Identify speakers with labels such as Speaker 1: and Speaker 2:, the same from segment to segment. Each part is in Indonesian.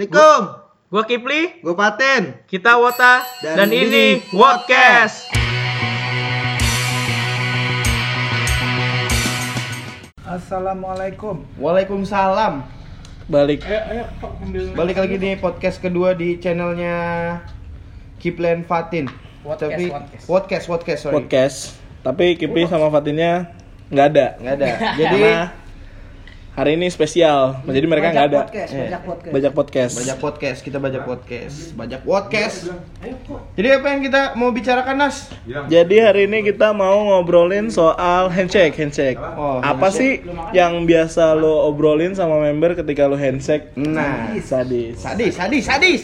Speaker 1: Assalamualaikum.
Speaker 2: Gua Kipli,
Speaker 1: Gue Paten.
Speaker 2: kita Wota, dan,
Speaker 1: Dan
Speaker 2: ini
Speaker 1: ini
Speaker 2: Wotcast.
Speaker 3: Assalamualaikum.
Speaker 4: Waalaikumsalam.
Speaker 2: Balik.
Speaker 3: Ayo, ayo, Pak, ambil.
Speaker 4: Balik lagi di podcast kedua di channelnya Kiplen Fatin.
Speaker 3: Podcast,
Speaker 4: Tapi
Speaker 3: podcast.
Speaker 4: podcast, podcast, sorry.
Speaker 2: Podcast. Tapi Kipli sama Fatinnya nggak ada.
Speaker 4: Nggak ada. Jadi
Speaker 2: Karena hari ini spesial. Jadi mereka nggak ada. Eh,
Speaker 3: Podcast,
Speaker 4: Iya.
Speaker 3: banyak podcast.
Speaker 2: Bajak podcast.
Speaker 4: banyak podcast, kita banyak podcast, banyak podcast. Jadi apa yang kita mau bicarakan Nas?
Speaker 5: Iya.
Speaker 2: Jadi hari ini kita mau ngobrolin soal handshake, handshake.
Speaker 4: Oh,
Speaker 2: Apa sih yang biasa lo obrolin sama member ketika lo handshake?
Speaker 4: Nah,
Speaker 2: Sadis.
Speaker 4: sadis, sadis, sadis.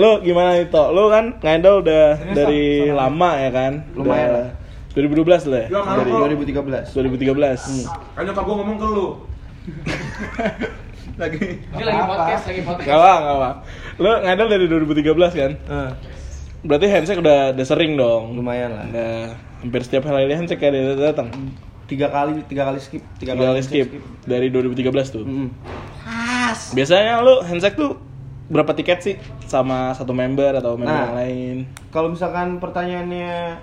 Speaker 2: Lo gimana nih, Tok? Lo kan ngidol udah dari lama ya kan?
Speaker 4: Lumayan
Speaker 2: Udah 2012 lah.
Speaker 5: Iya,
Speaker 2: ya?
Speaker 4: Dari 2013.
Speaker 2: 2013.
Speaker 5: Kan nyokap gue ngomong ke lu
Speaker 6: Ini lagi podcast, lagi podcast.
Speaker 2: Gak apa, gak apa. Lo ngadal dari 2013 kan?
Speaker 4: Eh,
Speaker 2: Berarti handshake udah, udah sering dong.
Speaker 4: lumayan lah.
Speaker 2: Udah hampir setiap hari handshake ada yang datang.
Speaker 4: Tiga kali, tiga kali skip, Hmm, tiga,
Speaker 2: Tiga kali skip dari 2013 tuh.
Speaker 4: Mm-mm.
Speaker 2: Biasanya lo handshake tuh berapa tiket sih sama satu member atau member
Speaker 4: Nah.
Speaker 2: yang lain?
Speaker 4: Kalau misalkan pertanyaannya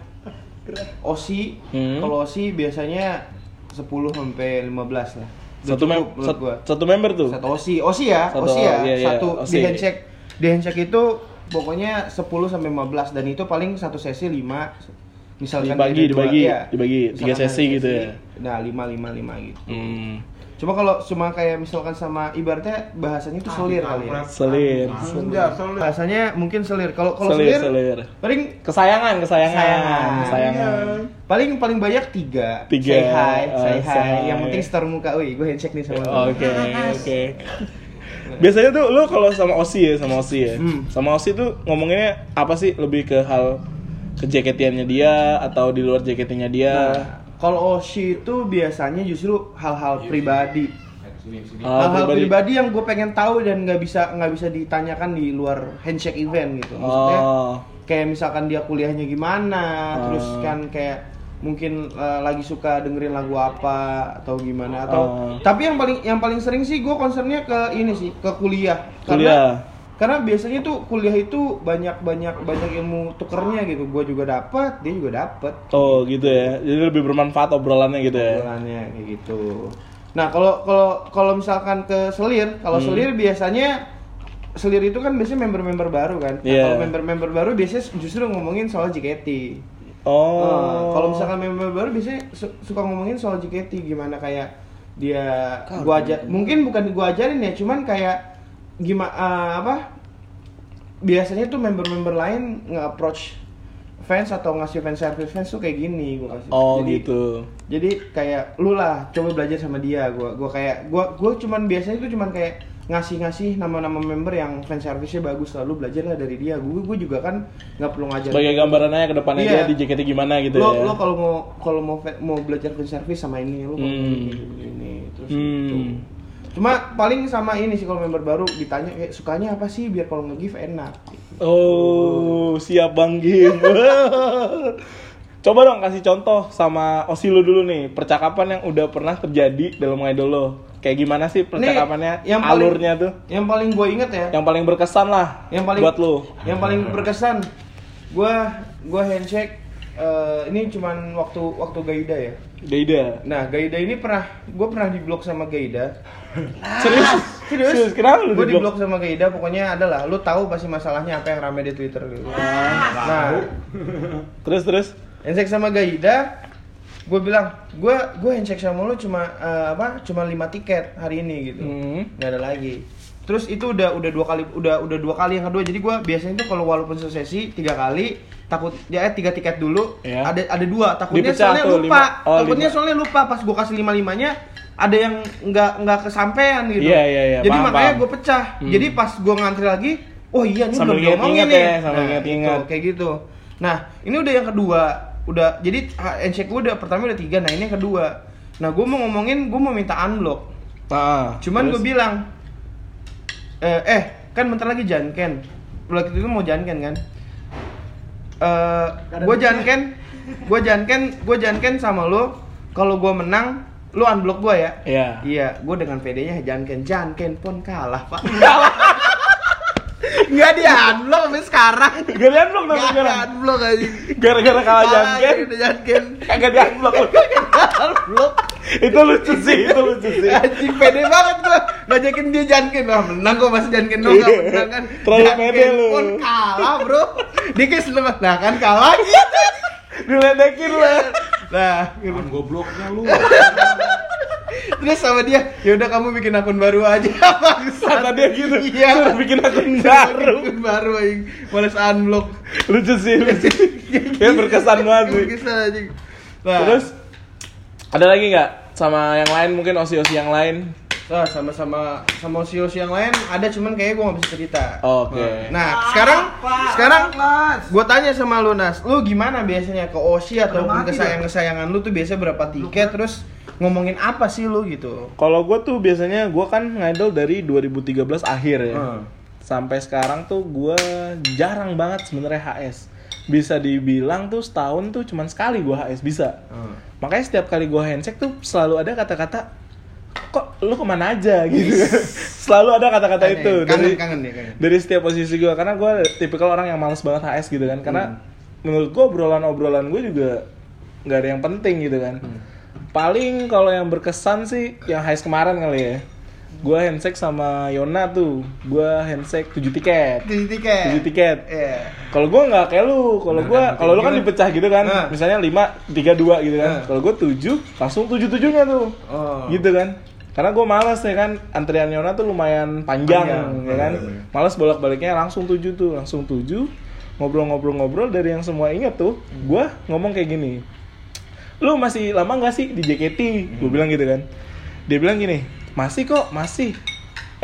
Speaker 4: Osi,
Speaker 2: Hmm.
Speaker 4: kalau Osi biasanya 10 sampai 15 lah. Udah
Speaker 2: Satu, mem
Speaker 4: cukup menurut
Speaker 2: sat-
Speaker 4: gua.
Speaker 2: satu member tuh.
Speaker 4: Satu Osi, Osi ya,
Speaker 2: Satu,
Speaker 4: Osi ya.
Speaker 2: iya, iya,
Speaker 4: satu
Speaker 2: Osi.
Speaker 4: di handshake. Di handshake itu pokoknya 10 sampai 15 dan itu paling satu sesi 5 misalkan
Speaker 2: Dibagi,
Speaker 4: dari dua-
Speaker 2: dibagi,
Speaker 4: iya.
Speaker 2: dibagi.
Speaker 4: Misalkan
Speaker 2: Tiga
Speaker 4: dari
Speaker 2: sesi gitu ya.
Speaker 4: Nah, 5 5 5 gitu.
Speaker 2: Hmm.
Speaker 4: Cuma kalau cuma kayak misalkan sama ibaratnya bahasanya
Speaker 5: Ah,
Speaker 4: itu selir kali ya.
Speaker 2: Selir.
Speaker 5: Enggak, selalu
Speaker 4: Bahasanya mungkin selir. Kalau kalau
Speaker 2: Selir,
Speaker 4: selir,
Speaker 2: selir.
Speaker 4: paling
Speaker 2: Kesayangan, kesayangan,
Speaker 4: Kesayangan.
Speaker 2: kesayangan.
Speaker 4: Iya. paling paling banyak tiga
Speaker 2: Tiga.
Speaker 4: say hi say hi
Speaker 2: Oh, say hi.
Speaker 4: yang penting store muka wih gue handshake nih sama lo
Speaker 2: Oke, oke. Biasanya tuh lu kalau sama Osi ya, sama Osi ya.
Speaker 4: Hmm.
Speaker 2: Sama Osi tuh ngomonginnya apa sih? Lebih ke hal ke jaketiannya dia atau di luar jaketiannya dia?
Speaker 4: nah, kalau Oshi itu biasanya justru hal-hal pribadi
Speaker 2: Hal
Speaker 4: Nah, hal-hal pribadi. yang gue pengen tahu dan nggak bisa nggak bisa ditanyakan di luar handshake event gitu maksudnya
Speaker 2: Oh.
Speaker 4: kayak misalkan dia kuliahnya gimana
Speaker 2: Ah.
Speaker 4: terus kan kayak mungkin eh, lagi suka dengerin lagu apa atau gimana atau
Speaker 2: Ah.
Speaker 4: tapi yang paling yang paling sering sih gue concernnya ke ini sih ke kuliah
Speaker 2: Kuliah.
Speaker 4: karena karena biasanya tuh kuliah itu banyak banyak banyak ilmu tukernya gitu gue juga dapat dia juga dapat
Speaker 2: Oh, gitu ya. Jadi lebih bermanfaat obrolannya gitu ya.
Speaker 4: obrolannya kayak gitu. Nah, kalau kalau kalau misalkan ke selir,
Speaker 2: Hmm.
Speaker 4: kalau selir biasanya selir itu kan biasanya member-member baru kan. Nah,
Speaker 2: Iya.
Speaker 4: Kalau member-member baru biasanya justru ngomongin soal JKT.
Speaker 2: Oh.
Speaker 4: Nah, kalau misalkan member baru biasanya su- suka ngomongin soal JKT gimana kayak dia gua aja mungkin bukan gua ajarin ya, cuman kayak gimana apa biasanya tuh member-member lain nge-approach fans atau ngasih fan service fans tuh kayak gini gua kasih.
Speaker 2: Oh,
Speaker 4: Jadi,
Speaker 2: gitu.
Speaker 4: jadi kayak lu lah coba belajar sama dia gua gua kayak gua gua cuman biasanya tuh cuman kayak ngasih-ngasih nama-nama member yang fan service-nya bagus lalu belajarlah dari dia gua gua juga kan nggak perlu ngajar
Speaker 2: Sebagai gambaran aja ke depannya
Speaker 4: Iya.
Speaker 2: dia di JKT gimana gitu
Speaker 4: lo
Speaker 2: ya.
Speaker 4: lo kalau mau kalau mau fa- mau belajar fan service sama ini lu mau
Speaker 2: Hmm.
Speaker 4: ini, ini, ini terus
Speaker 2: Hmm.
Speaker 4: gitu. cuma paling sama ini sih kalau member baru ditanya kayak sukanya apa sih biar kalau nge-give enak
Speaker 2: Oh, siap Bang Gim. Coba dong kasih contoh sama Osi lu dulu nih, percakapan yang udah pernah terjadi dalam idol lo. Kayak gimana sih percakapannya,
Speaker 4: Nih, yang paling-
Speaker 2: alurnya tuh?
Speaker 4: yang paling gue inget ya
Speaker 2: Yang paling berkesan lah
Speaker 4: yang paling
Speaker 2: buat lo.
Speaker 4: yang paling berkesan gua gua handshake eh, ini cuman waktu waktu Gaida ya
Speaker 2: Gaida.
Speaker 4: nah Gaida ini pernah gue pernah diblok sama Gaida
Speaker 2: Serius?
Speaker 4: Ah, serius,
Speaker 2: Serius, kenapa lu
Speaker 4: gue
Speaker 2: diblok?
Speaker 4: diblok sama Gaida pokoknya adalah lu tahu pasti masalahnya apa yang rame di Twitter gitu nah
Speaker 2: Terus terus.
Speaker 4: handshake sama Gaida gue bilang gue gue handshake sama lu cuma eh, apa cuma lima tiket hari ini gitu
Speaker 2: Hmm.
Speaker 4: nggak ada lagi terus itu udah udah dua kali udah udah dua kali yang kedua jadi gua biasanya tuh kalau walaupun sesesi tiga kali takut ya eh, tiga tiket dulu
Speaker 2: Iya.
Speaker 4: ada ada dua takutnya
Speaker 2: Dipecah
Speaker 4: soalnya
Speaker 2: tuh,
Speaker 4: lupa
Speaker 2: lima. Oh,
Speaker 4: takutnya
Speaker 2: lima.
Speaker 4: soalnya lupa pas gua kasih lima limanya ada yang nggak nggak kesampaian gitu
Speaker 2: Iya, iya, iya.
Speaker 4: jadi
Speaker 2: Paham,
Speaker 4: makanya
Speaker 2: paham.
Speaker 4: gue pecah
Speaker 2: Hmm.
Speaker 4: jadi pas gua ngantri lagi oh iya ini
Speaker 2: Sambil
Speaker 4: belum diomongin
Speaker 2: ingat-ingat
Speaker 4: nih
Speaker 2: ya, sambil ingat-ingat.
Speaker 4: gitu, kayak gitu nah ini udah yang kedua udah jadi handshake gue udah pertama udah tiga nah ini yang kedua nah gue mau ngomongin gue mau minta unblock
Speaker 2: Nah,
Speaker 4: Ah, Cuman gue
Speaker 2: terus.
Speaker 4: bilang eh, eh kan bentar lagi janken. Waktu itu mau janken kan? Eh gue janken, gue janken, gue janken sama lo. Kalau gue menang, lo unblock gue ya.
Speaker 2: Iya.
Speaker 4: Iya, gue dengan PD-nya janken, janken pun kalah pak. Enggak di unblock sampai sekarang.
Speaker 2: Gak di unblock tapi
Speaker 4: Enggak di
Speaker 2: sekarang.
Speaker 4: unblock aja.
Speaker 2: Gara-gara kalah jangken,
Speaker 4: Udah jangken.
Speaker 2: kagak di unblock lu.
Speaker 4: Unblock.
Speaker 2: Itu lucu sih, itu lucu sih.
Speaker 4: Anjing pede banget gua. Ngajakin dia jangken. Wah, menang gua masih jangken dong enggak menang kan.
Speaker 2: Iya, Terlalu pede lu.
Speaker 4: pun kalah, Bro. Dikis lemas. Nah, kan kalah.
Speaker 2: Diledekin lah.
Speaker 4: Nah,
Speaker 5: Kan gobloknya lu.
Speaker 4: terus sama dia, ya udah kamu bikin akun baru aja, bangsat.
Speaker 2: Kata dia gitu.
Speaker 4: Iya.
Speaker 2: Suruh bikin akun baru.
Speaker 4: Akun baru aing. Males unblock.
Speaker 2: Lucu sih,
Speaker 4: Iya
Speaker 2: lucu. Ya berkesan banget sih.
Speaker 4: Berkesan anjing. Nah,
Speaker 2: Terus ada lagi nggak sama yang lain mungkin osi-osi yang lain?
Speaker 4: Nah, sama-sama sama Osios yang lain ada cuman kayaknya gue nggak bisa cerita.
Speaker 2: Oke.
Speaker 4: Nah, sekarang sekarang gue tanya sama lu Nas, lu gimana biasanya ke Osi ataupun ke sayang-kesayangan lu tuh biasa berapa tiket terus ngomongin apa sih lu gitu?
Speaker 2: Kalau gue tuh biasanya gue kan ngidol dari 2013 akhir ya.
Speaker 4: Hmm.
Speaker 2: Sampai sekarang tuh gue jarang banget sebenarnya HS. Bisa dibilang tuh setahun tuh cuman sekali gue HS bisa.
Speaker 4: Hmm.
Speaker 2: Makanya setiap kali gue handshake tuh selalu ada kata-kata kok lu kemana aja gitu. selalu ada kata-kata
Speaker 4: Aneh,
Speaker 2: itu
Speaker 4: kangen
Speaker 2: dari
Speaker 4: kangen ya kangen.
Speaker 2: dari setiap posisi gue karena gue tipikal orang yang males banget HS gitu kan karena menurut gue obrolan-obrolan gue juga nggak ada yang penting gitu kan paling kalau yang berkesan sih yang HS kemarin kali ya gue handshake sama Yona tuh gue handshake 7 tiket
Speaker 4: Tujuh tiket.
Speaker 2: 7 tiket
Speaker 4: Iya.
Speaker 2: kalau gue nggak kayak lu kalau gue kalau lu kan dipecah gitu kan
Speaker 4: Nah.
Speaker 2: misalnya 5, 3, 2 gitu kan
Speaker 4: Nah.
Speaker 2: kalau gue 7 langsung 7 tujuhnya tuh
Speaker 4: Oh.
Speaker 2: gitu kan karena gue males ya kan antrian Yona tuh lumayan panjang,
Speaker 4: Panjang,
Speaker 2: ya kan
Speaker 4: bener-bener.
Speaker 2: males bolak baliknya langsung tujuh tuh langsung tujuh ngobrol-ngobrol-ngobrol dari yang semua inget tuh gue ngomong kayak gini lu masih lama nggak sih di JKT gue bilang gitu kan dia bilang gini masih kok masih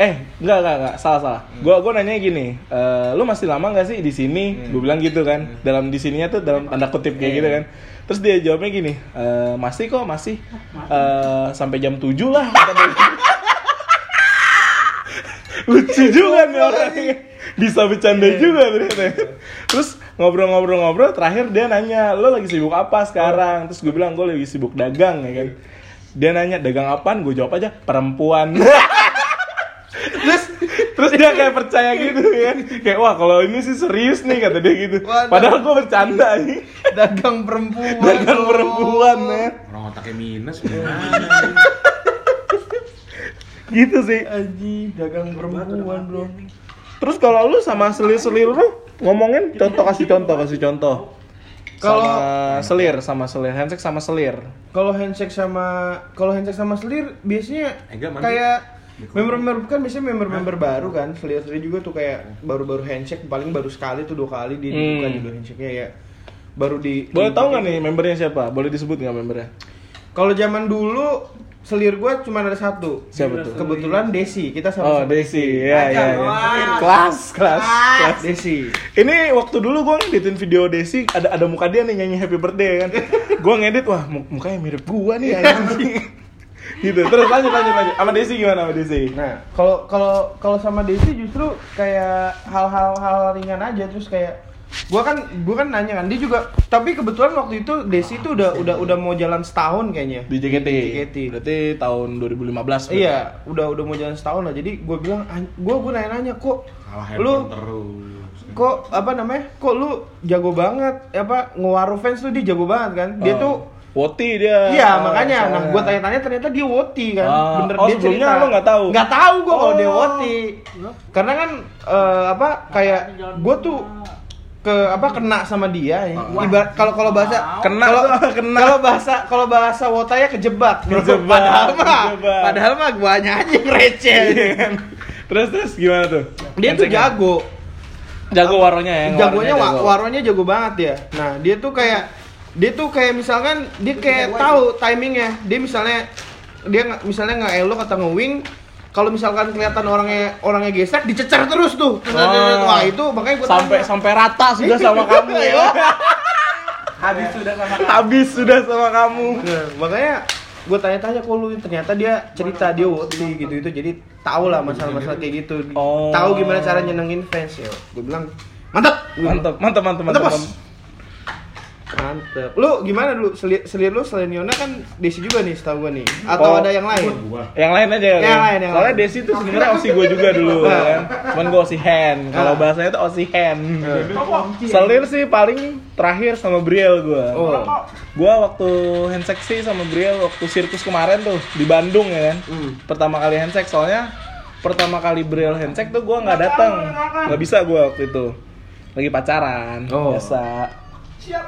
Speaker 2: eh nggak nggak nggak salah salah gue gue nanya gini "Eh, lu masih lama nggak sih di sini gue bilang gitu kan dalam di sininya tuh dalam tanda kutip kayak gitu kan terus dia jawabnya gini "Eh, masih kok masih Eh, sampai jam 7 lah kata dia. lucu juga nih orangnya bisa bercanda juga ternyata terus ngobrol-ngobrol-ngobrol terakhir dia nanya lo lagi sibuk apa sekarang terus gue bilang gue lagi sibuk dagang ya kan dia nanya dagang apaan gue jawab aja perempuan terus terus dia kayak percaya gitu ya kayak wah kalau ini sih serius nih kata dia gitu
Speaker 4: Waduh.
Speaker 2: padahal gue bercanda nih
Speaker 4: Dagang perempuan.
Speaker 2: dagang
Speaker 4: lu.
Speaker 2: perempuan ya
Speaker 5: Orang otaknya minus gimana?
Speaker 2: gitu sih
Speaker 4: Aji, dagang perempuan bro.
Speaker 2: terus kalau lu sama selir-selir lu ngomongin contoh kasih contoh kasih contoh
Speaker 4: Kalau-
Speaker 2: sama selir sama selir handshake sama selir
Speaker 4: Kalau handshake sama kalau handshake sama selir biasanya
Speaker 5: Eh, Enggak, mandi.
Speaker 4: kayak member-member kan biasanya member-member baru kan selir-selir juga tuh kayak baru-baru handshake paling baru sekali tuh dua kali dia dibuka
Speaker 2: Hmm.
Speaker 4: juga handshake-nya ya baru di
Speaker 2: boleh
Speaker 4: di-
Speaker 2: tahu nggak nih membernya siapa boleh disebut nggak membernya
Speaker 4: Kalau zaman dulu selir gua cuma ada satu.
Speaker 2: Siapa tuh?
Speaker 4: Kebetulan Desi, kita
Speaker 2: oh
Speaker 4: sama-sama.
Speaker 2: Desi ya ya, ya.
Speaker 6: Kelas.
Speaker 2: kelas kelas kelas
Speaker 4: Desi.
Speaker 2: Ini waktu dulu gue ngeditin video Desi ada ada muka dia nih nyanyi Happy Birthday ya kan. Gue ngedit wah mu- mukanya mirip gua nih anjing. gitu. Terus lanjut lanjut lanjut. Sama Desi gimana sama Desi?
Speaker 4: Nah, kalau kalau kalau sama Desi justru kayak hal-hal hal ringan aja terus kayak gua kan gua kan nanya kan dia juga tapi kebetulan waktu itu Desi tuh udah udah udah mau jalan setahun kayaknya.
Speaker 2: Di JKT.
Speaker 4: JKT.
Speaker 2: Berarti tahun 2015. berarti.
Speaker 4: Iya, udah udah mau jalan setahun lah. Jadi gua bilang an- gua gua nanya-nanya kok
Speaker 5: Salah handphone
Speaker 4: lu
Speaker 5: terus.
Speaker 4: kok apa namanya? Kok lu jago banget apa ngewaru fans tuh dia jago banget kan? Dia
Speaker 2: Oh.
Speaker 4: tuh
Speaker 2: Woti dia.
Speaker 4: Iya makanya,
Speaker 2: Soalnya.
Speaker 4: nah gue tanya-tanya ternyata dia woti kan,
Speaker 2: Oh, Ah, oh, sebelumnya lu nggak tahu?
Speaker 4: Nggak tahu gue kalau dia
Speaker 2: Oh.
Speaker 4: woti, karena kan eh, apa kayak gue tuh ke apa kena sama dia ya. Ibarat kalau kalau bahasa
Speaker 2: Kena
Speaker 4: kalau
Speaker 2: tuh, kena.
Speaker 4: kalau bahasa kalau bahasa wotanya kejebak, bro.
Speaker 2: Kejebak,
Speaker 4: padahal mah
Speaker 2: kejebak.
Speaker 4: padahal mah gue aja yang receh
Speaker 2: Iya kan? Terus terus gimana tuh?
Speaker 4: dia tuh
Speaker 2: Handshake-nya?
Speaker 4: jago
Speaker 2: Jago waronya ya.
Speaker 4: jagonya wa-
Speaker 2: jago.
Speaker 4: waronya jago banget ya nah dia tuh kayak dia tuh kayak misalkan dia kayak tahu timingnya dia misalnya dia nggak- misalnya nggak elok atau nge-wing kalau misalkan kelihatan orangnya orangnya gesek dicecer terus tuh
Speaker 2: Ah.
Speaker 4: wah itu makanya gue
Speaker 2: sampai sampai rata sudah sama kamu ya.
Speaker 6: Habis sudah sama
Speaker 2: Habis sudah sama kamu.
Speaker 4: Iya, makanya gue tanya-tanya kok lu ternyata dia cerita dia woti gitu itu jadi tahu lah masalah-masalah kayak gitu
Speaker 2: Oh.
Speaker 4: tahu gimana cara nyenengin fans ya gue bilang mantap
Speaker 2: Mantap, mantap, mantap,
Speaker 4: Mantap,
Speaker 2: mantap.
Speaker 4: Bos. Mantep. Lu gimana dulu? Selir, selir lu selain Yona kan Desi juga nih setahu gua nih. Atau
Speaker 2: Oh.
Speaker 4: ada yang lain?
Speaker 5: Gua.
Speaker 2: Yang lain aja kali. ya.
Speaker 4: Yang lain, yang
Speaker 2: Soalnya
Speaker 4: lain.
Speaker 2: Desi tuh sebenarnya osi gue juga dulu
Speaker 4: Nah.
Speaker 2: kan. Cuman gue osi hand. Kalau
Speaker 4: Nah.
Speaker 2: bahasanya tuh osi hand. Oh.
Speaker 6: Rokok.
Speaker 2: Selir sih paling terakhir sama Briel gue.
Speaker 4: Oh.
Speaker 6: Rokok.
Speaker 2: Gue waktu hand seksi sama Briel waktu sirkus kemarin tuh di Bandung ya kan.
Speaker 4: Hmm.
Speaker 2: Pertama kali hand sex soalnya pertama kali Briel hand sex tuh gue nggak datang, nggak bisa gue waktu itu. Lagi pacaran
Speaker 4: Oh.
Speaker 2: biasa.
Speaker 6: Siap.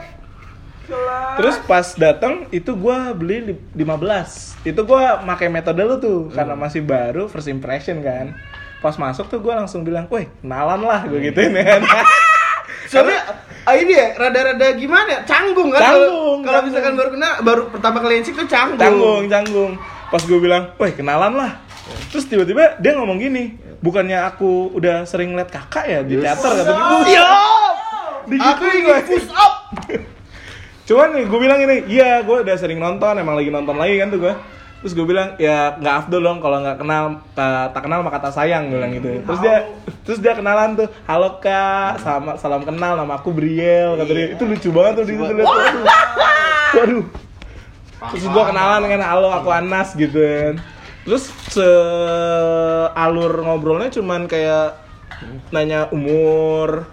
Speaker 6: Jelas.
Speaker 2: Terus pas datang itu gua beli li- 15. Itu gua pakai metode lu
Speaker 4: Hmm.
Speaker 2: tuh karena masih baru first impression kan. Pas masuk tuh gua langsung bilang, "Weh, kenalan lah." Gua gituin kan.
Speaker 4: Soalnya ah, ini ya rada-rada gimana? ya? Canggung kan? Kalau-
Speaker 2: Canggung,
Speaker 4: Kalau
Speaker 2: canggung.
Speaker 4: misalkan baru kena baru pertama kali insik tuh canggung.
Speaker 2: canggung, canggung. Pas gua bilang, "Weh, kenalan lah." Terus tiba-tiba dia ngomong gini, "Bukannya aku udah sering liat kakak ya di teater?" kata dia.
Speaker 4: Oh,
Speaker 2: Iya.
Speaker 4: Aku
Speaker 2: Digituin
Speaker 4: ingin
Speaker 2: gua.
Speaker 4: push up.
Speaker 2: Cuman gue bilang ini, iya gue udah sering nonton, emang lagi nonton lagi kan tuh gue Terus gue bilang, ya nggak afdol dong kalau nggak kenal, ta- tak kenal maka kata sayang gue bilang gitu Terus dia terus dia kenalan tuh, halo kak, sama, salam kenal, nama aku Briel kata dia. Itu lucu banget tuh di situ liat tuh. Waduh Terus gue kenalan kan, halo aku Anas gitu kan Terus se alur ngobrolnya cuman kayak nanya umur,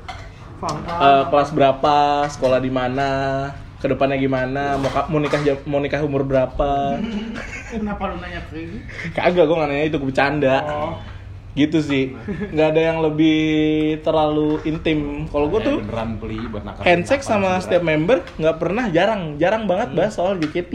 Speaker 2: Eh, kelas berapa, sekolah di mana, kedepannya gimana, mau, ka- mau nikah jam- mau nikah umur berapa?
Speaker 6: Kenapa lu nanya Oh. ke ini?
Speaker 2: Kagak, gue nggak nanya itu gue bercanda. Gitu sih, nggak ada yang lebih terlalu intim. Kalau gue tuh
Speaker 5: beneran beli buat nakal.
Speaker 2: handshake sama setiap member nggak pernah jarang, jarang
Speaker 4: Hmm.
Speaker 2: banget bahas soal JKT.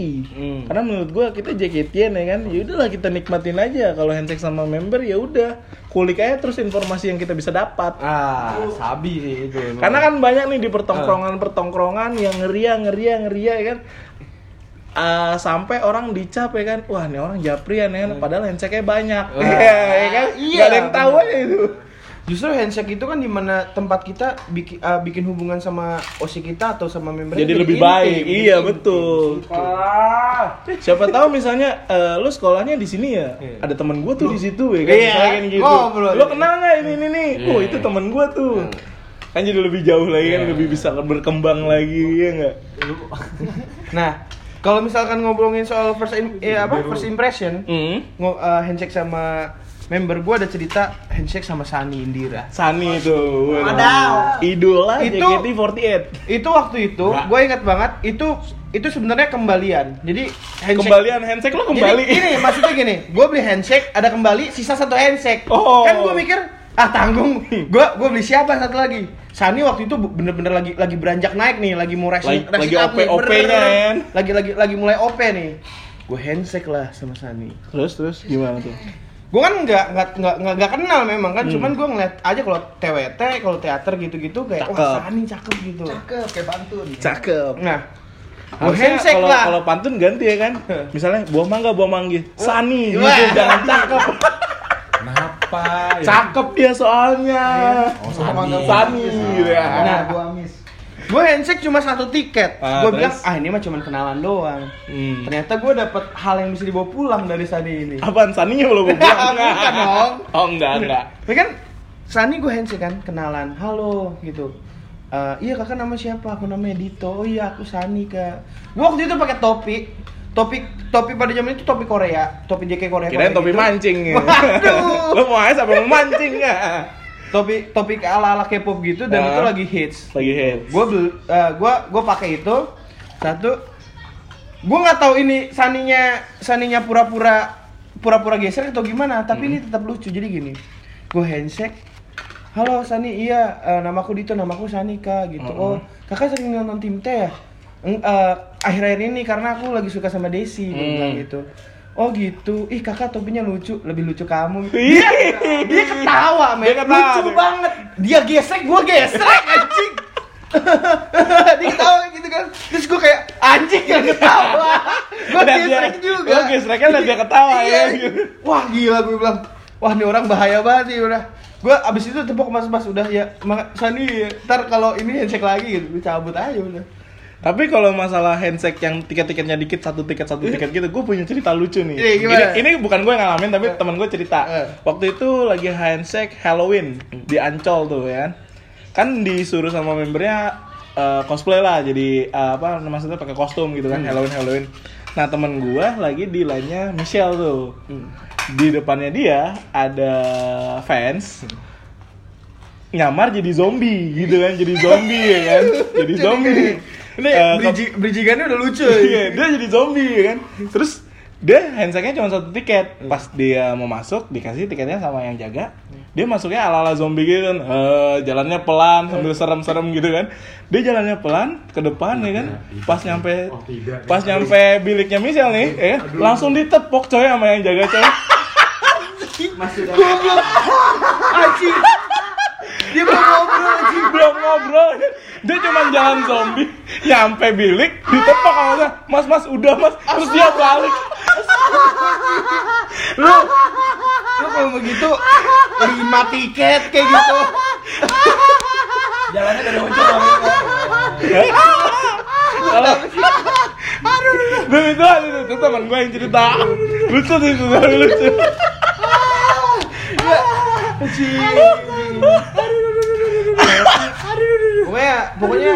Speaker 2: Karena menurut gue kita JKT ya kan, ya udahlah kita nikmatin aja. Kalau handshake sama member ya udah kulik aja terus informasi yang kita bisa dapat.
Speaker 4: Ah, sabi sih itu. emang.
Speaker 2: Karena kan banyak nih di pertongkrongan-pertongkrongan
Speaker 4: Hmm.
Speaker 2: yang ngeria, ngeria, ngeria ya kan. Ah, sampai orang dicap ya kan, wah ini orang japrian ya kan, padahal handshake-nya banyak.
Speaker 4: Hmm. Wah.
Speaker 2: Iya, ya kan?
Speaker 4: Iya,
Speaker 2: Gak ada yang tahu aja itu.
Speaker 4: Justru handshake itu kan dimana tempat kita bikin
Speaker 2: ah,
Speaker 4: eh, bikin hubungan sama OSI kita atau sama member
Speaker 2: Jadi lebih baik. Iya, betul.
Speaker 6: Wah.
Speaker 2: Siapa tahu misalnya eh, lu sekolahnya di sini ya,
Speaker 4: Iya.
Speaker 2: ada temen gue tuh di situ ya kan,
Speaker 4: Iya.
Speaker 2: misalnya kan gitu.
Speaker 4: Ngobrol. Iya,
Speaker 2: Lo kenal nggak ini ini nih? Oh itu temen gue tuh. Kan jadi lebih jauh lagi kan, lebih bisa berkembang lagi ya nggak?
Speaker 4: Nah, kalau misalkan ngobrolin soal first im- eh, apa first impression,
Speaker 2: Hmm.
Speaker 4: ngo- eh, handshake sama member gua ada cerita handshake sama Sani Indira.
Speaker 2: Sani itu.
Speaker 6: Wadaw.
Speaker 2: Idola
Speaker 4: Itu-
Speaker 2: JKT48.
Speaker 4: Itu waktu itu,
Speaker 5: Nggak.
Speaker 4: gue ingat banget itu itu sebenarnya kembalian. Jadi handshake
Speaker 2: Kembalian handshake lo kembali.
Speaker 4: Jadi, gini, maksudnya gini, gue beli handshake, ada kembali, sisa satu handshake.
Speaker 2: Oh.
Speaker 4: Kan gue mikir, ah tanggung, gue gue beli siapa satu lagi? Sani waktu itu bener-bener lagi lagi beranjak naik nih, lagi mau
Speaker 2: Lagi-
Speaker 4: reaction, reaction
Speaker 2: lagi
Speaker 4: up nih,
Speaker 2: OP -nya,
Speaker 4: bener.
Speaker 2: kan?
Speaker 4: Lagi lagi lagi mulai OP nih. Gue handshake lah sama Sani.
Speaker 2: terus terus gimana tuh?
Speaker 4: Gue kan nggak nggak nggak nggak- nggak kenal memang
Speaker 2: Hmm.
Speaker 4: kan, cuman gue ngeliat aja kalau TWT, kalau teater gitu-gitu kayak
Speaker 2: Cakep.
Speaker 4: wah Sani cakep gitu.
Speaker 6: Cakep kayak pantun.
Speaker 2: Cakep.
Speaker 4: Nah, gue
Speaker 2: Harusnya
Speaker 4: handshake
Speaker 2: kalau
Speaker 4: lah.
Speaker 2: kalau pantun ganti ya kan. Misalnya buah mangga buah manggis. Sani
Speaker 4: Wah.
Speaker 2: gitu jangan cakep.
Speaker 5: Kenapa? ya?
Speaker 2: Cakep dia Iya, soalnya.
Speaker 5: Oh,
Speaker 6: Sama
Speaker 5: Sani.
Speaker 2: Sani gitu ya.
Speaker 6: Nah, gua miss.
Speaker 4: gue handshake cuma satu tiket
Speaker 2: Ah,
Speaker 4: gue
Speaker 2: terus?
Speaker 4: bilang ah ini mah cuma kenalan doang
Speaker 2: Hmm.
Speaker 4: ternyata gue dapet hal yang bisa dibawa pulang dari Sani ini
Speaker 2: Apaan Saninya lo
Speaker 4: Ah,
Speaker 2: gue bilang?
Speaker 4: bukan dong.
Speaker 2: Oh enggak enggak.
Speaker 4: tapi kan Sani gue handshake kan kenalan halo gitu Eh, iya kakak nama siapa aku namanya Dito oh iya aku Sani kak gue waktu itu pakai topi topi topi pada zaman itu topi Korea topi JK Korea Korea
Speaker 2: Kirain topi
Speaker 4: gitu.
Speaker 2: mancing. ya.
Speaker 4: Waduh.
Speaker 2: Lo mau aja sampai mau mancing ya.
Speaker 4: topi topi ala ala K-pop gitu dan
Speaker 2: Ah.
Speaker 4: itu lagi hits
Speaker 2: Lagi hits.
Speaker 4: gue bel eh, gua gue pakai itu satu gue nggak tahu ini saninya saninya pura-pura pura-pura geser atau gimana tapi
Speaker 2: Hmm.
Speaker 4: ini tetap lucu jadi gini gue handshake halo Sani iya eh, namaku Dito namaku Sani kak gitu
Speaker 2: Hmm.
Speaker 4: oh kakak sering nonton tim T ya Eng- eh, akhir-akhir ini karena aku lagi suka sama Desi dia
Speaker 2: Hmm.
Speaker 4: bilang gitu oh gitu ih kakak topinya lucu lebih lucu kamu
Speaker 2: Ih.
Speaker 4: dia ketawa men
Speaker 2: Dia ketawa,
Speaker 4: lucu
Speaker 2: dia.
Speaker 4: banget dia gesek gue gesek anjing dia ketawa gitu kan terus gue kayak anjing yang ketawa gue
Speaker 2: Dan dia-
Speaker 4: gesek juga
Speaker 2: lo gesreknya dan dia ketawa, ya,
Speaker 4: Iya.
Speaker 2: gitu.
Speaker 4: wah gila gue bilang wah ini orang bahaya banget nih udah gue abis itu tepuk mas mas udah ya mak- Sani ya, ntar kalau ini handshake lagi gitu gue cabut aja udah
Speaker 2: Tapi kalau masalah handshake yang tiket-tiketnya dikit, satu tiket, satu tiket gitu, gue punya cerita lucu nih.
Speaker 4: Iya,
Speaker 2: ini,
Speaker 4: gimana?
Speaker 2: ini bukan gue yang ngalamin, tapi temen gue cerita.
Speaker 4: Eh.
Speaker 2: Waktu itu lagi handshake Halloween di Ancol tuh ya. Kan disuruh sama membernya eh, cosplay lah jadi eh, apa maksudnya pakai kostum gitu
Speaker 4: Hmm.
Speaker 2: kan Halloween Halloween nah temen gua lagi di lainnya Michelle tuh
Speaker 4: Hmm.
Speaker 2: di depannya dia ada fans nyamar jadi zombie gitu kan jadi zombie ya kan jadi zombie
Speaker 4: Ini
Speaker 2: Eh, ke-
Speaker 4: beriji- berijikannya udah lucu.
Speaker 2: Iya, dia jadi zombie ya kan. Terus dia handshake-nya cuma satu tiket. Pas dia mau masuk dikasih tiketnya sama yang jaga. Dia masuknya ala-ala zombie gitu kan. Eh, jalannya pelan sambil serem-serem gitu kan. Dia jalannya pelan ke depan ya kan. Pas nyampe pas nyampe biliknya Michelle nih, ya kan, langsung ditepok coy sama yang jaga coy.
Speaker 6: Masih udah
Speaker 4: Anjing. Dia belum ngobrol anjing.
Speaker 2: belum ngobrol dia cuma jalan zombie nyampe bilik ditepok sama dia mas mas udah mas terus dia balik
Speaker 4: Lu kalau begitu lima tiket kayak gitu.
Speaker 6: jalannya dari ujung sampai ujung.
Speaker 2: Dan itu ada itu, itu teman gue yang cerita lucu sih itu tapi lucu.
Speaker 4: Pokoknya pokoknya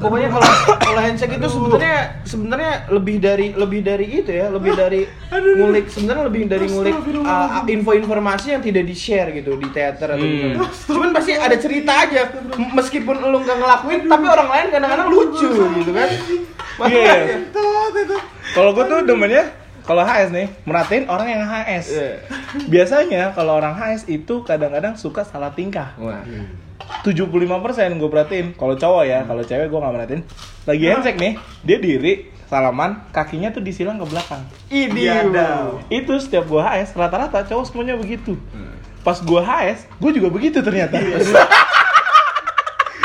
Speaker 4: pokoknya kalau kalau handshake itu sebenarnya sebenarnya lebih dari lebih dari itu ya, lebih dari ngulik sebenarnya lebih dari ngulik uh, info informasi yang tidak di-share gitu di teater atau di
Speaker 2: Hmm.
Speaker 4: mana. Cuman pasti ada cerita aja M- meskipun lu nggak ngelakuin tapi orang lain kadang-kadang lucu gitu kan.
Speaker 2: Iya,
Speaker 4: Makanya.
Speaker 2: iya. Kalau gue tuh demennya kalau HS nih merhatiin orang yang HS.
Speaker 4: Iya.
Speaker 2: Biasanya kalau orang HS itu kadang-kadang suka salah tingkah.
Speaker 4: Wah.
Speaker 2: 75% gue perhatiin kalau cowok ya kalau cewek gue nggak perhatiin lagi handshake nih dia diri salaman kakinya tuh disilang ke belakang
Speaker 4: Idi.
Speaker 6: Diadau.
Speaker 2: itu setiap gue HS rata-rata cowok semuanya begitu pas gue HS gue juga begitu ternyata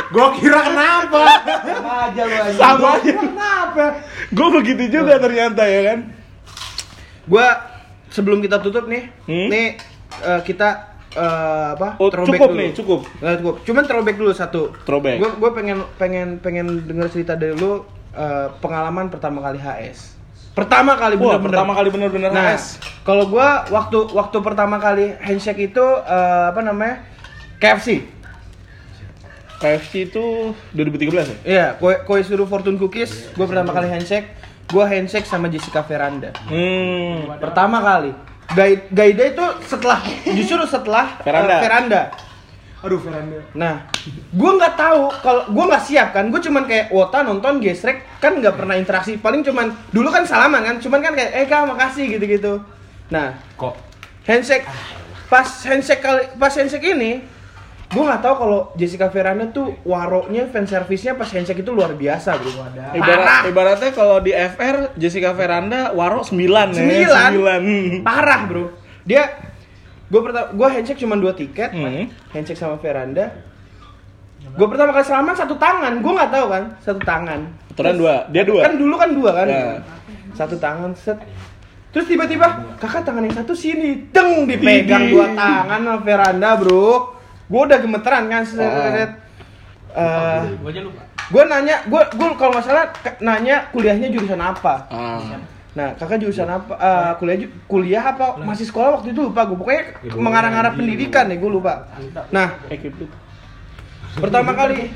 Speaker 5: Gua kira kenapa?
Speaker 6: Sama aja lu aja.
Speaker 2: sama aja kenapa gue begitu juga ternyata ya kan
Speaker 4: Gua sebelum kita tutup nih,
Speaker 2: Hmm?
Speaker 4: nih eh, kita eh, apa?
Speaker 2: Oh,
Speaker 4: throwback
Speaker 2: cukup nih, cukup.
Speaker 4: Nggak cukup. Cuman throwback dulu satu.
Speaker 2: Throwback.
Speaker 4: Gua gua pengen pengen pengen dengar cerita dari lu eh, pengalaman pertama kali HS. Pertama kali
Speaker 2: wah
Speaker 4: bener-bener.
Speaker 2: pertama kali bener-bener
Speaker 4: Nah,
Speaker 2: HS
Speaker 4: kalau gua waktu waktu pertama kali handshake itu eh, apa namanya? KFC.
Speaker 2: KFC itu 2013 ya
Speaker 4: Iya, kue kue suruh Fortune Cookies, gua pertama kali handshake, gua handshake sama Jessica Veranda.
Speaker 2: hmm
Speaker 4: Pertama kali. Gai- Gaida itu setelah justru setelah
Speaker 2: Veranda.
Speaker 4: eh, veranda.
Speaker 6: Aduh, Fernando.
Speaker 4: Nah, gue nggak tahu kalau gue nggak siap kan, gue cuman kayak wota nonton gesrek kan nggak pernah interaksi, paling cuman dulu kan salaman kan, cuman kan kayak eh kak makasih gitu-gitu. Nah,
Speaker 5: Kok
Speaker 4: handshake pas handshake kali pas handshake ini gue nggak tahu kalau Jessica Veranda tuh waroknya fan service-nya pas handshake itu luar biasa bro.
Speaker 6: Wadah.
Speaker 2: Ibarat,
Speaker 4: Parah.
Speaker 2: ibaratnya kalau di FR Jessica Veranda waro 9 ya
Speaker 4: Sembilan.
Speaker 2: 9
Speaker 4: Parah bro. Dia gue pertama gue handshake cuma dua tiket,
Speaker 2: Hmm.
Speaker 4: handshake sama Veranda. Gue pertama kali salaman satu tangan, gue nggak tahu kan, satu tangan.
Speaker 2: Aturan dua, dia dua.
Speaker 4: Kan dulu kan dua kan.
Speaker 2: Ya.
Speaker 4: Satu tangan set. Terus tiba-tiba kakak tangan yang satu sini, deng dipegang dua tangan sama Veranda bro. Gue udah gemeteran kan.
Speaker 2: Ah.
Speaker 4: set. Eh,
Speaker 6: Gua aja lupa.
Speaker 4: gue nanya, gue gue kalau nggak salah ke- nanya kuliahnya jurusan apa.
Speaker 2: Ah.
Speaker 4: Nah, kakak jurusan apa? Eh, kuliah ju- kuliah apa? Masih sekolah waktu itu lupa gue. Pokoknya mengarah-arah pendidikan ya gue lupa. Nah,
Speaker 2: Ekip
Speaker 4: pertama kali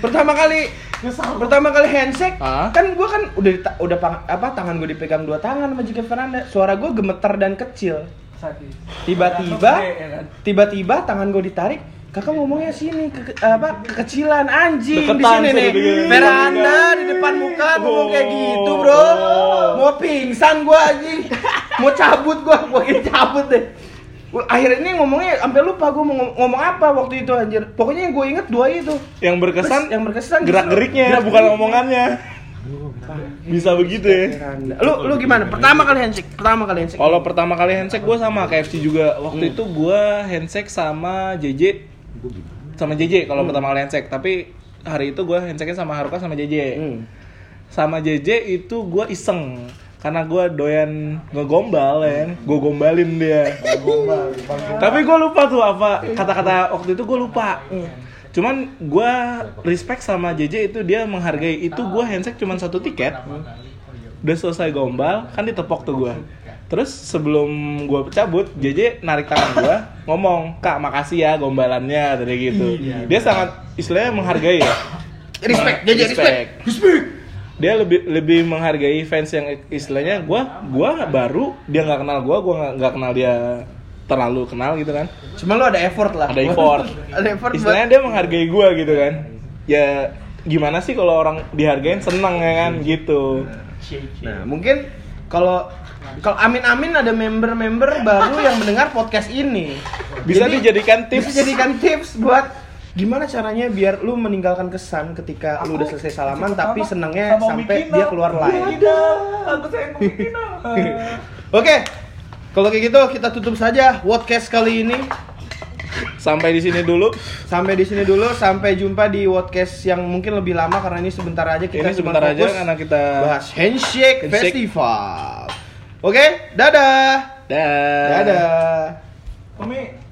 Speaker 4: pertama kali pertama kali handshake
Speaker 2: Ah.
Speaker 4: kan gue kan udah dita- udah pang- apa tangan gue dipegang dua tangan sama Jika Fernanda. Suara gue gemeter dan kecil.
Speaker 6: Sadis.
Speaker 4: Tiba-tiba
Speaker 6: Gede, ya kan?
Speaker 4: tiba-tiba tangan gue ditarik Kakak ngomongnya sini ke, ke- apa kekecilan anjing di
Speaker 2: Deketan
Speaker 4: sini
Speaker 2: tuh,
Speaker 4: nih.
Speaker 2: deketan.
Speaker 4: Veranda di depan muka ngomong kayak gitu, Bro.
Speaker 2: Oh.
Speaker 4: Mau pingsan gua anjing. Mau cabut gua, gua kira cabut deh. Gua- Akhirnya ini ngomongnya sampai lupa gua mau ngom- ngomong apa waktu itu anjir. Pokoknya yang gue inget dua itu.
Speaker 2: yang berkesan
Speaker 4: Terus yang berkesan gitu.
Speaker 2: gerak-geriknya bukan omongannya bisa begitu ya
Speaker 4: Veranda. Lu lu gimana? Pertama kali handshake, pertama kali handshake. Hmm.
Speaker 2: kalau pertama kali handshake gue sama KFC juga waktu itu gue handshake sama JJ sama JJ kalau
Speaker 4: Hmm.
Speaker 2: pertama kali handshake tapi hari itu gue handshake sama Haruka sama JJ
Speaker 4: Hmm.
Speaker 2: sama JJ itu gue iseng karena gue doyan ngegombal ya gue gombalin dia tapi gue lupa tuh apa kata-kata waktu itu gue lupa
Speaker 4: Hmm.
Speaker 2: cuman gue respect sama JJ itu dia menghargai itu gue handshake cuman satu tiket udah selesai gombal kan ditepok tuh gue terus sebelum gue cabut JJ narik tangan gue ngomong kak makasih ya gombalannya tadi gitu dia sangat istilahnya menghargai ya
Speaker 4: Iya, Respect, JJ respect.
Speaker 2: Dia lebih lebih menghargai fans yang istilahnya gua gua baru dia nggak kenal gua, gua nggak- nggak kenal dia terlalu kenal gitu kan.
Speaker 4: Cuma lu ada effort lah.
Speaker 2: Ada effort.
Speaker 4: ada effort buat
Speaker 2: Istilahnya dia menghargai gua gitu kan. Ya gimana sih kalau orang dihargain seneng ya kan gitu.
Speaker 4: Nah,
Speaker 2: Iya.
Speaker 4: mungkin kalau kalau amin-amin ada member-member baru yang mendengar podcast ini.
Speaker 2: Bisa
Speaker 4: Jadi,
Speaker 2: dijadikan
Speaker 4: tips
Speaker 2: tips.
Speaker 4: jadikan tips buat gimana caranya biar lu meninggalkan kesan ketika lu
Speaker 6: Aku
Speaker 4: udah selesai salaman
Speaker 6: sama-
Speaker 4: tapi senangnya sampai dia keluar live.
Speaker 6: aku sayang Mikina.
Speaker 4: Oke. Kalau kayak gitu kita tutup saja podcast kali ini.
Speaker 2: Sampai di sini dulu.
Speaker 4: Sampai di sini dulu, sampai jumpa di podcast yang mungkin lebih lama karena ini sebentar aja kita
Speaker 2: Ini
Speaker 4: cuma
Speaker 2: sebentar aja
Speaker 4: fokus
Speaker 2: karena kita
Speaker 4: bahas handshake,
Speaker 2: Handshake.
Speaker 4: festival. Oke, dadah. آه،
Speaker 2: Dah.
Speaker 4: Dadah.
Speaker 6: Umi,